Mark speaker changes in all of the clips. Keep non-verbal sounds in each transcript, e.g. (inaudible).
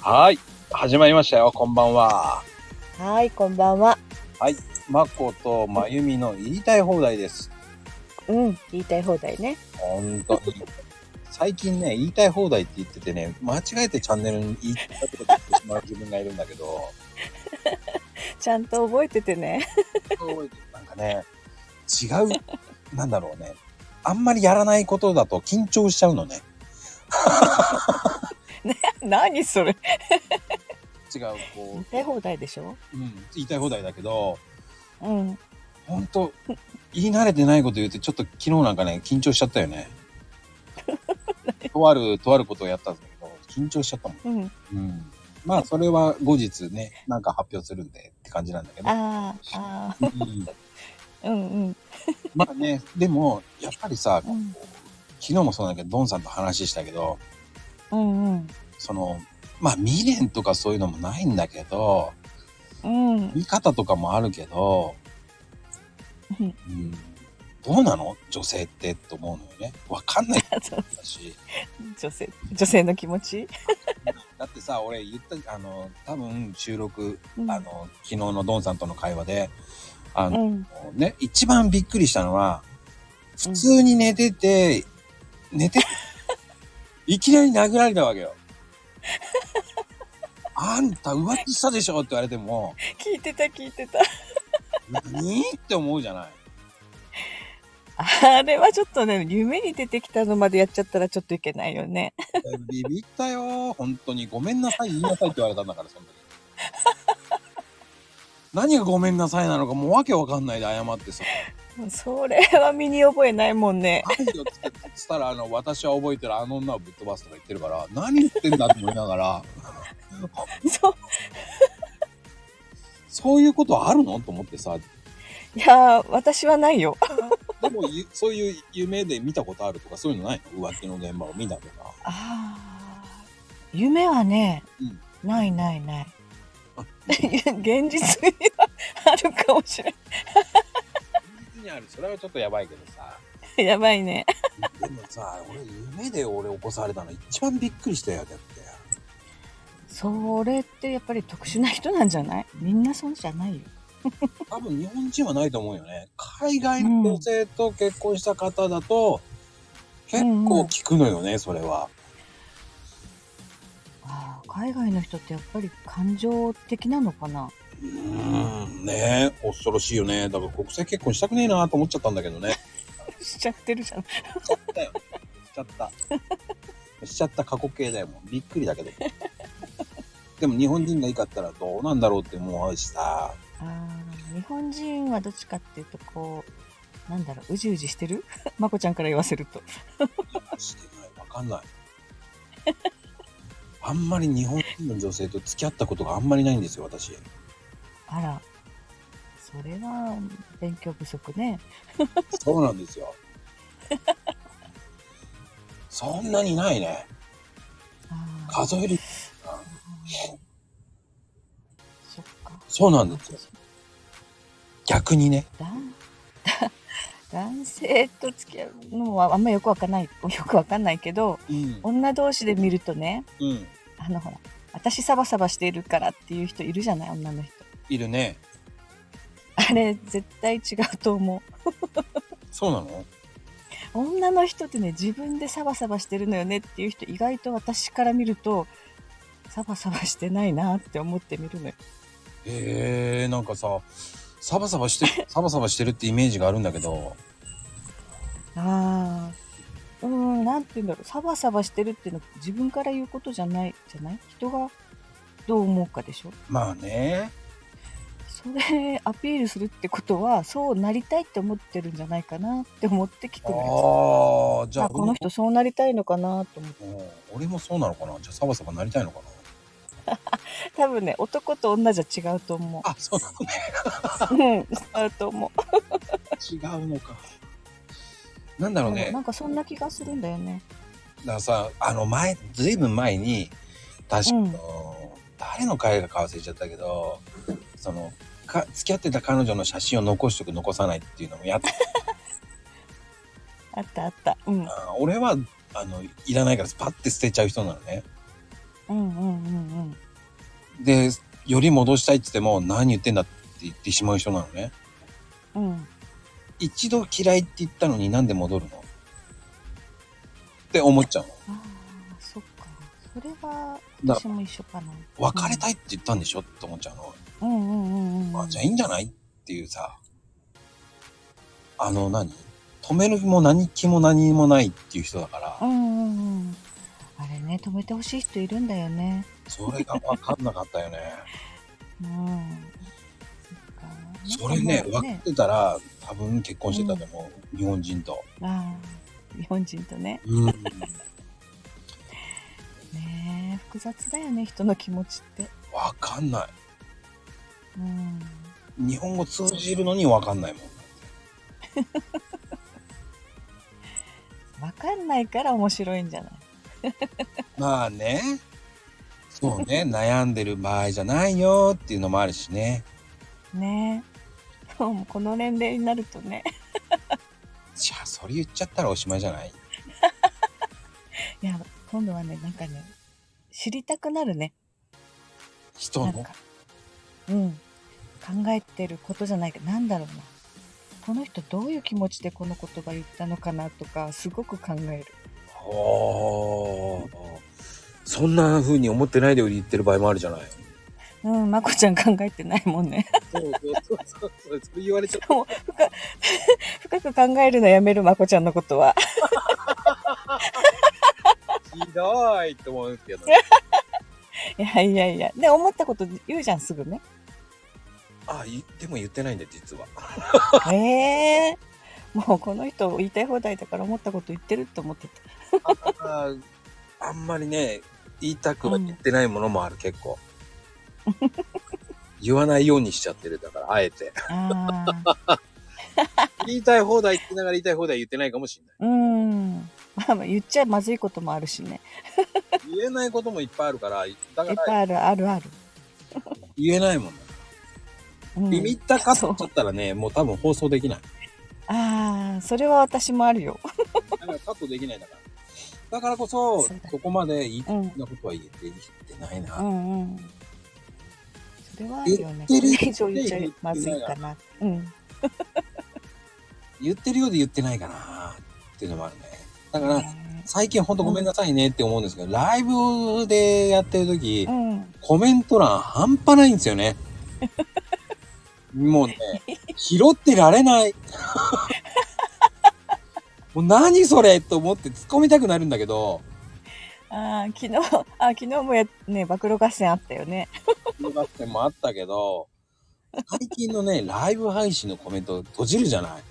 Speaker 1: はい。始まりましたよ。こんばんは。
Speaker 2: はい、こんばんは。
Speaker 1: まことまゆみの言いたい放題です。
Speaker 2: うん、言いたい放題ね。
Speaker 1: ほんとに。最近ね、言いたい放題って言っててね、間違えてチャンネルに言いたいこと言ってしまう自分がいるんだけど、
Speaker 2: ちゃんと覚えててね。 (laughs)
Speaker 1: なんかね、違う、なんだろうね。あんまりやらないことだと緊張しちゃうのね。
Speaker 2: 何それ。
Speaker 1: 違う、こ
Speaker 2: 言いたい放題でしょ
Speaker 1: う、うん、言いたい放題だけど、
Speaker 2: うん。
Speaker 1: ほんと、言い慣れてないこと言うて、ちょっと昨日なんかね、緊張しちゃったよ
Speaker 2: (laughs)
Speaker 1: ね。とある、とあることをやったんだけど、緊張しちゃったもん。
Speaker 2: うん。
Speaker 1: うん。まあ、それは後日ね、なんか発表するんでって感じなんだけど。
Speaker 2: ああ、あ
Speaker 1: うん、
Speaker 2: あ、うんうん。
Speaker 1: まあね、でも、やっぱりさ、
Speaker 2: うん
Speaker 1: 昨日もそうだけど、ドンさんと話したけど、
Speaker 2: うんうん。
Speaker 1: その、まあ、未練とかそういうのもないんだけど、
Speaker 2: うん。
Speaker 1: 見方とかもあるけど、
Speaker 2: うん
Speaker 1: ん、どうなの女性ってって思うのよね。わかんない
Speaker 2: そう
Speaker 1: し。
Speaker 2: 女性、女性の気持ち。
Speaker 1: だってさ俺言ったあの多分収録、
Speaker 2: うん
Speaker 1: あの昨日のドンさんとの会話であ
Speaker 2: う
Speaker 1: の、
Speaker 2: ん。
Speaker 1: ね一番びっくりしたのは
Speaker 2: う
Speaker 1: 普
Speaker 2: ん
Speaker 1: 通に寝てて、寝ていきなり殴られたわけよ。あんた浮気したでしょって言われても
Speaker 2: 聞いてた、聞いてた。
Speaker 1: 何って思うじゃない。
Speaker 2: あれはちょっとね、夢に出てきたのまでやっちゃったらちょっといけないよね。
Speaker 1: ビビったよ本当にごめんなさい言いなさいって言われたんだからその時何がごめんなさいなのかもうわけわかんないで謝ってさ
Speaker 2: それは身に覚えないもんね。
Speaker 1: 愛をつけてつったらあの私は覚えてるあの女をぶっ飛ばすとか言ってるから何言ってんだって思いながら
Speaker 2: そう。
Speaker 1: そういうことあるのと思ってさ
Speaker 2: いやー、私はないよ。
Speaker 1: でもゆそういう夢で見たことあるとかそういうのないの浮気の現場を見たとか
Speaker 2: ああ。夢はね、
Speaker 1: うん
Speaker 2: ないないない。
Speaker 1: あ
Speaker 2: (laughs) 現実にはあるかもしれ
Speaker 1: 現実にあるそれはちょっとやばいけどさ
Speaker 2: ない。 (laughs) やばいね。
Speaker 1: でもさ俺夢で俺起こされたの一番びっくりしたよだって
Speaker 2: それってやっぱり特殊な人なんじゃないみんなそうじゃないよ。
Speaker 1: 多分日本人はないと思うよね海外の女性と結婚した方だと、結構聞くのよね、それは
Speaker 2: あー海外の人ってやっぱり感情的なのかな (laughs)
Speaker 1: うーんねえ恐ろしいよねだから国際結婚したくねえなと思っちゃったんだけどね (laughs) し
Speaker 2: しちゃってるじゃん。
Speaker 1: ちゃったよしちゃったしちゃった過去形だよもうびっくりだけどでも日本人がいいかったらどうなんだろうって思うしさ
Speaker 2: あー日本人はどっちかっていうとこう、なんだろう、うじうじしてる (laughs) まこちゃんから言わせると。
Speaker 1: いやしてないわかんないあんまり日本人の女性と付き合ったことがあんまりないんですよ私
Speaker 2: あら、それは勉強不足ね。
Speaker 1: そうなんですよ。そんなにないね。
Speaker 2: あー
Speaker 1: 数える。
Speaker 2: そっか。
Speaker 1: そうなんですよ。逆にね。
Speaker 2: だん (laughs) 男性と付き合うのはあんまよくわかんない、よくわかんないけど、
Speaker 1: うん。
Speaker 2: 女同士で見るとね、
Speaker 1: うん。
Speaker 2: あのほら、私サバサバしているからっていう人いるじゃない、女の人。
Speaker 1: いるね。
Speaker 2: あれ、絶対違うと思う。
Speaker 1: そうなの
Speaker 2: 女の人ってね、自分でサバサバしてるのよねっていう人、意外と私から見ると、サバサバしてないなって思って見るのよ。
Speaker 1: ええー、なんかさ、サバサバ (laughs) して、サバサバしてるってイメージがあるんだけど、
Speaker 2: ああ。うーん、なんて言うんだろう。サバサバしてるっていうのは自分から言うことじゃない、じゃない人がどう思うかでしょ
Speaker 1: まあね。
Speaker 2: それアピールするってことは、そうなりたいって思ってるんじゃないかなって思って聞くのよ。
Speaker 1: ああ、じゃあ、
Speaker 2: あ、この人そうなりたいのかなと思って。
Speaker 1: 俺も。うん俺もそうなのかなじゃあサバサバなりたいのかな
Speaker 2: 多分ね、男と女じゃ違うと思
Speaker 1: あ、そうなのね。
Speaker 2: う。うん、違うと思う。
Speaker 1: 違うのか。なんだろうね
Speaker 2: な。んかそんな気がするんだよね。
Speaker 1: だからさあの前ずいぶん前に確か、
Speaker 2: うん
Speaker 1: あの誰の会がか忘れちゃったけどそのか付き合ってた彼女の写真を残しとく残さないっていうのもやって
Speaker 2: あったあった。うん。
Speaker 1: あー俺はあのいらないからスパッて捨てちゃう人なのね
Speaker 2: うんうんうん
Speaker 1: で、より戻したいって言っても、何言ってんだって言ってしまう人なのね。
Speaker 2: うんうん
Speaker 1: 一度嫌いって言ったのになんで戻るのって思っちゃう
Speaker 2: ああそっかそれは
Speaker 1: だ
Speaker 2: 私も一緒かな
Speaker 1: の。別れたいって言ったんでしょって思っちゃうの。
Speaker 2: うんうんうんうん
Speaker 1: あ、じゃあいいんじゃないっていうさ。あの何、止める気も何気も何もないっていう人だから
Speaker 2: う、んうんうんあれね止めてほしい人いるんだよね
Speaker 1: それが分 (laughs) かんなかったよね。
Speaker 2: うんそ
Speaker 1: そ
Speaker 2: っか
Speaker 1: れね、
Speaker 2: なんかもう
Speaker 1: 分けてたら、多分結婚してたと思う。日本人と。
Speaker 2: ああ日本人とね
Speaker 1: うん。
Speaker 2: ねえ複雑だよね人の気持ちって
Speaker 1: 分かんない。
Speaker 2: うん
Speaker 1: 日本語通じるのに分かんないもん。
Speaker 2: 分かんないから面白いんじゃない
Speaker 1: まあね。そう (laughs) ね。悩んでる場合じゃないよっていうのもあるしね。
Speaker 2: ねえもうこの年齢になるとね
Speaker 1: じゃあ、それ言っちゃったらおしまいじゃない
Speaker 2: いや今度はねなんかね知りたくなるね
Speaker 1: 人
Speaker 2: なん
Speaker 1: の
Speaker 2: か。うん考えてることじゃないけどなんだろうなこの人どういう気持ちでこの言葉言ったのかなとかすごく考える
Speaker 1: おーそんな風に思ってないで言ってる場合もあるじゃない。
Speaker 2: うんまこちゃん考えてないもんね (laughs)
Speaker 1: そうそうそうそう。それ言われちゃった。
Speaker 2: もう深深く考えるのやめるまこちゃんのことは (laughs)
Speaker 1: ひどいって思うんですけど。
Speaker 2: いやいやいやで思ったこと言うじゃんす (laughs) ぐね
Speaker 1: あ、言っても言ってないんだ、実は。
Speaker 2: へえもうこの人言いたい放題だから思ったこと言ってると思ってた
Speaker 1: あーあんまりね、言いたくは言ってないものもある、結構。言わないようにしちゃってる、だから、あえて。
Speaker 2: ああ
Speaker 1: 言いたい放題言ってながら言いたい放題言ってないかもし
Speaker 2: (laughs)
Speaker 1: れない。
Speaker 2: うんまあまあ言っちゃまずいこともあるしね
Speaker 1: 言えないこともいっぱいあるから、だか
Speaker 2: いっ
Speaker 1: ら
Speaker 2: ぱいあるあるある、
Speaker 1: 言えないもんね。
Speaker 2: うん
Speaker 1: ビビったかと思ったらね、もう多分放送できない。
Speaker 2: ああそれは私もあるよ。
Speaker 1: だからカットできないだから。だからこそ
Speaker 2: そうだ、
Speaker 1: そこまで言い
Speaker 2: うん
Speaker 1: なことは言えて、言ってないな。
Speaker 2: うんうん。それはあるよね。こ
Speaker 1: 言
Speaker 2: れ
Speaker 1: ってる
Speaker 2: 以上言っちゃまずいかな。うん。
Speaker 1: 言ってるようで言ってないかなっていうのもあるね。だから、
Speaker 2: ね
Speaker 1: 最近ほんとごめんなさいねって思うんですけど、ライブでやってる時、
Speaker 2: うん。
Speaker 1: コメント欄半端ないんですよね。もうね、拾ってられない。 (laughs) もう何それと思って突っ込みたくなるんだけど、
Speaker 2: ああ昨日あー昨日もやね暴露合戦あったよね。 (laughs)
Speaker 1: 見逃してもあったけど、最近のね、ライブ配信のコメント閉じるじゃない。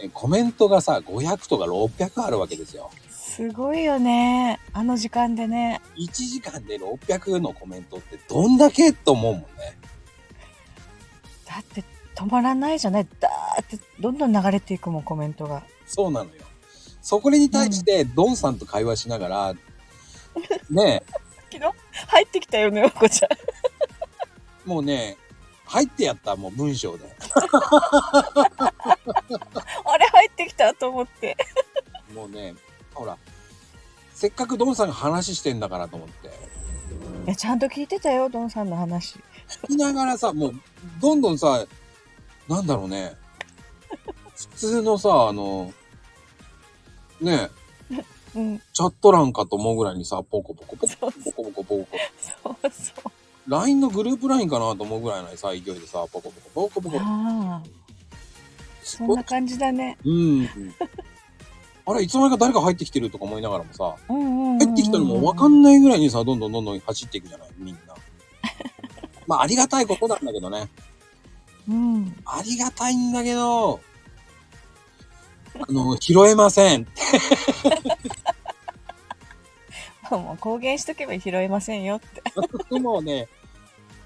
Speaker 1: ねコメントがさ、500とか600あるわけですよ。
Speaker 2: すごいよね。あの時間でね。
Speaker 1: 1時間で600のコメントってどんだけと思うもんね。
Speaker 2: だって止まらないじゃない。だーってどんどん流れていくもんコメントが。
Speaker 1: そうなのよ。そこに対して、ドンさんと会話しながら、ねえ、
Speaker 2: 昨日入ってきたよねおこちゃん。 (laughs)
Speaker 1: もうね、入ってやった、もう文章で。
Speaker 2: あれ入ってきたと思って。
Speaker 1: もうね、ほら、せっかくドンさんが話してんだからと思って。
Speaker 2: いやちゃんと聞いてたよドンさんの話。
Speaker 1: 聞きながらさ、もう、どんどんさ、なんだろうね、普通のさ、あの、ねえ、
Speaker 2: うん。
Speaker 1: チャット欄かと思うぐらいにさ、ポコポコポコ
Speaker 2: そう
Speaker 1: ポコポコポコ。
Speaker 2: そうそう。
Speaker 1: LINE のグループ LINE かなと思うぐらいのさ、勢いでさ、ポコポコポコポコ。
Speaker 2: ああ
Speaker 1: す
Speaker 2: そ
Speaker 1: ごい
Speaker 2: んな感じだね。
Speaker 1: うん。あれ、いつの間にか誰か入ってきてるとか思いながらもさ、
Speaker 2: うんうんうんうん
Speaker 1: 入ってきたのも分かんないぐらいにさ、どんどんどんどん走っていくじゃない、みん
Speaker 2: (laughs)
Speaker 1: な。まあ、ありがたいことなんだけどね。
Speaker 2: うん。
Speaker 1: ありがたいんだけど、あの、拾えません。
Speaker 2: もう公言しとけば拾えませんよって。
Speaker 1: もうね、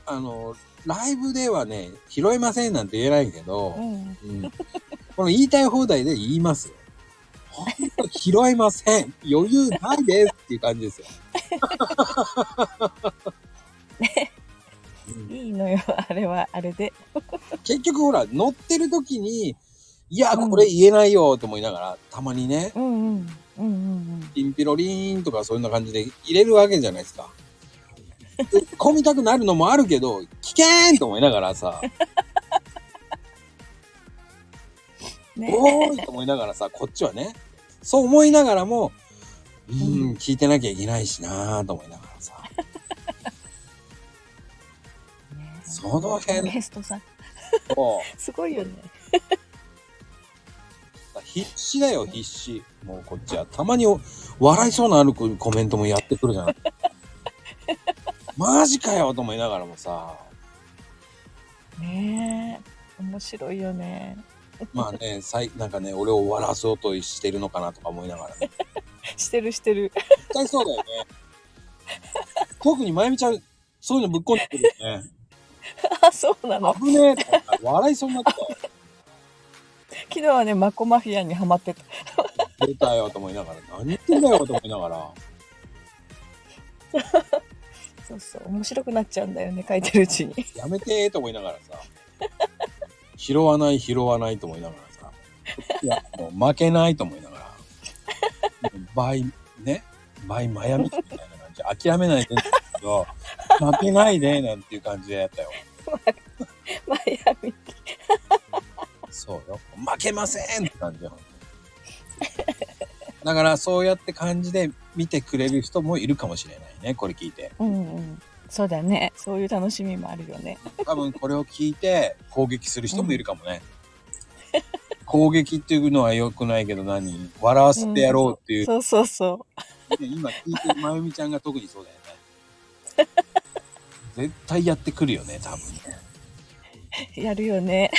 Speaker 1: あの、ライブではね、拾えませんなんて言えないけど
Speaker 2: う、ん。
Speaker 1: うん、この言いたい放題で言いますよ。ほんと拾えません。余裕ないですっていう感じですよ。うん
Speaker 2: いいのよ、あれは、あれで。
Speaker 1: 結局ほら、乗ってる時に、いや、
Speaker 2: うん
Speaker 1: これ言えないよと思いながら、たまにね、
Speaker 2: うんうん。うんうんうん。
Speaker 1: ピンピロリーンとかそんな感じで入れるわけじゃないですか。で込みたくなるのもあるけど、危険と思いながらさ、(laughs)
Speaker 2: ね、
Speaker 1: おーいと思いながらさ、こっちはね、そう思いながらも、うーん、聞いてなきゃいけないしなーと思いながらさ、
Speaker 2: ね
Speaker 1: その辺
Speaker 2: ゲストさん、
Speaker 1: も
Speaker 2: すごいよね。
Speaker 1: う、必死だよ、必死。もうこっちは、たまにお笑いそうなあるコメントもやってくるじゃない。マジかよと思いながらもさ、
Speaker 2: ねえ、面白いよね。
Speaker 1: まあね、さいなんかね、俺を笑わそうとしてるのかなとか思いながらね。
Speaker 2: してるしてる。
Speaker 1: 絶対そうだよね。特にまゆみちゃん、そういうのぶっこんでくるよね。
Speaker 2: あ、そうなの。
Speaker 1: 危ねえとか笑いそうになって
Speaker 2: 昨日はね、マコマフィアにハマってた。
Speaker 1: た。出たよと思いながら、何言ってんだよと思いながら。
Speaker 2: そうそう、面白くなっちゃうんだよね、書いてるうちに。 (laughs)
Speaker 1: やめてーと思いながらさ。拾わない拾わないと思いながらさ。いや、もう負けないと思いながら。倍、ね、倍マヤミみたいな感じ。諦めないでって言うんだけど、負けないでなんていう感じでやったよ。
Speaker 2: マイアミ。
Speaker 1: そうよ。負けませんって感じよ。だからそうやって感じで見てくれる人もいるかもしれないね、これ聞いて。
Speaker 2: うんうん。そうだね。そういう楽しみもあるよね。
Speaker 1: 多分これを聞いて攻撃する人もいるかもね。攻撃っていうのは良くないけど何笑わせてやろうっていう、
Speaker 2: そうそうそ
Speaker 1: 今聞いてるまゆみちゃんが特にそうだよね。絶対やってくるよね、多分ね。
Speaker 2: う。やるよね。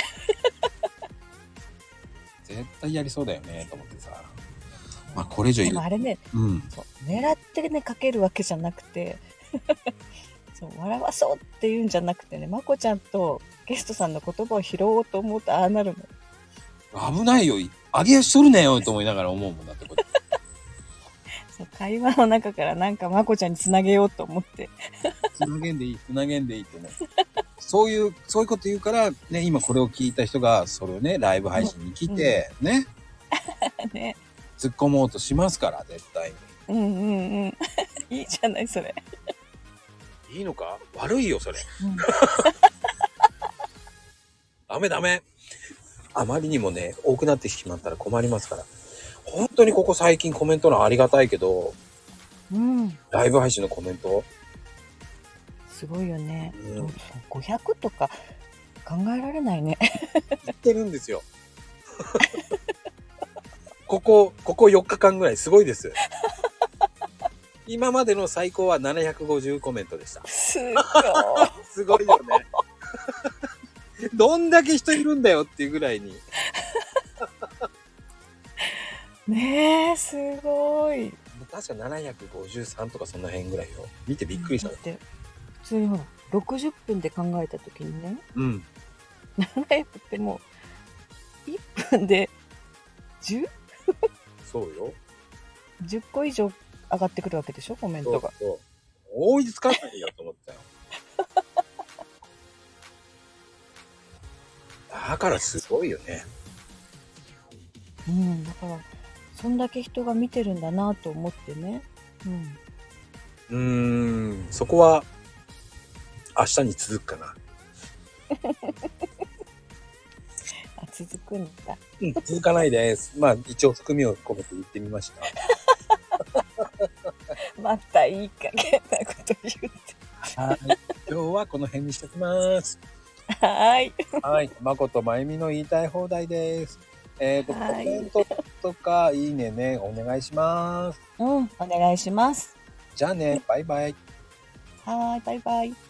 Speaker 1: 絶対やりそうだよね、と思ってさ。まあこれ以上い
Speaker 2: で
Speaker 1: る
Speaker 2: も。あれね、
Speaker 1: うん。
Speaker 2: そう狙ってねかけるわけじゃなくて (laughs) そう笑わそうっていうんじゃなくてねまこちゃんとゲストさんの言葉を拾おうと思うとああなるの
Speaker 1: 危ないよ上げ足取るなよと思いながら思うもんだってこれ
Speaker 2: そう会話の中からなんかまこちゃんにつなげようと思って (laughs)
Speaker 1: つなげんでいいつなげんでいいってねそういうそういうこと言うからね今これを聞いた人がそれをねライブ配信に来て、ね
Speaker 2: ね
Speaker 1: 突っ込もうとしますから絶対
Speaker 2: うんうんうん (laughs) いいじゃないそれ、
Speaker 1: にいいのか悪いよそれダメダメあまりにもね多くなってしまったら困りますから本当にここ最近コメント欄ありがたいけど
Speaker 2: うん、うん、
Speaker 1: ライブ配信のコメント
Speaker 2: すごいよね、
Speaker 1: うん
Speaker 2: どうそう500とか考えられないね (laughs)
Speaker 1: 言ってるんですよ (laughs) ここここ4日間ぐらいすごいです今までの最高は750コメントでした
Speaker 2: す
Speaker 1: (laughs)
Speaker 2: ご
Speaker 1: すご
Speaker 2: い
Speaker 1: いよね (laughs) どんだけ人いるんだよっていうぐらいに
Speaker 2: ねえすごい
Speaker 1: 確か753とかその辺ぐらいよ見てびっくりした
Speaker 2: だって普通にほら60分で考えた時にね
Speaker 1: うん
Speaker 2: 700ってもう1分で 10?
Speaker 1: そうよ
Speaker 2: 10個以上上がってくるわけでしょコメン
Speaker 1: そ
Speaker 2: ト
Speaker 1: う
Speaker 2: が
Speaker 1: そう追いつかないよと思ったよだからすごいよね
Speaker 2: うんだからそんだけ人が見てるんだなと思ってねうん
Speaker 1: うーん、そこは明日に続くかな。
Speaker 2: あ続くんだ (laughs)
Speaker 1: うん、続かないです。まあ、一応含みを込めて言ってみました。
Speaker 2: またいい加減なこと言って
Speaker 1: はい。今日はこの辺にしておきます。
Speaker 2: はーい
Speaker 1: はい。まことまゆみの言いたい放題です。えー、ごコ
Speaker 2: はい
Speaker 1: メントとか、いいねね、お願いします。
Speaker 2: うんお願いします
Speaker 1: じゃあね、バイバイ。
Speaker 2: はーいバイバイ
Speaker 3: 「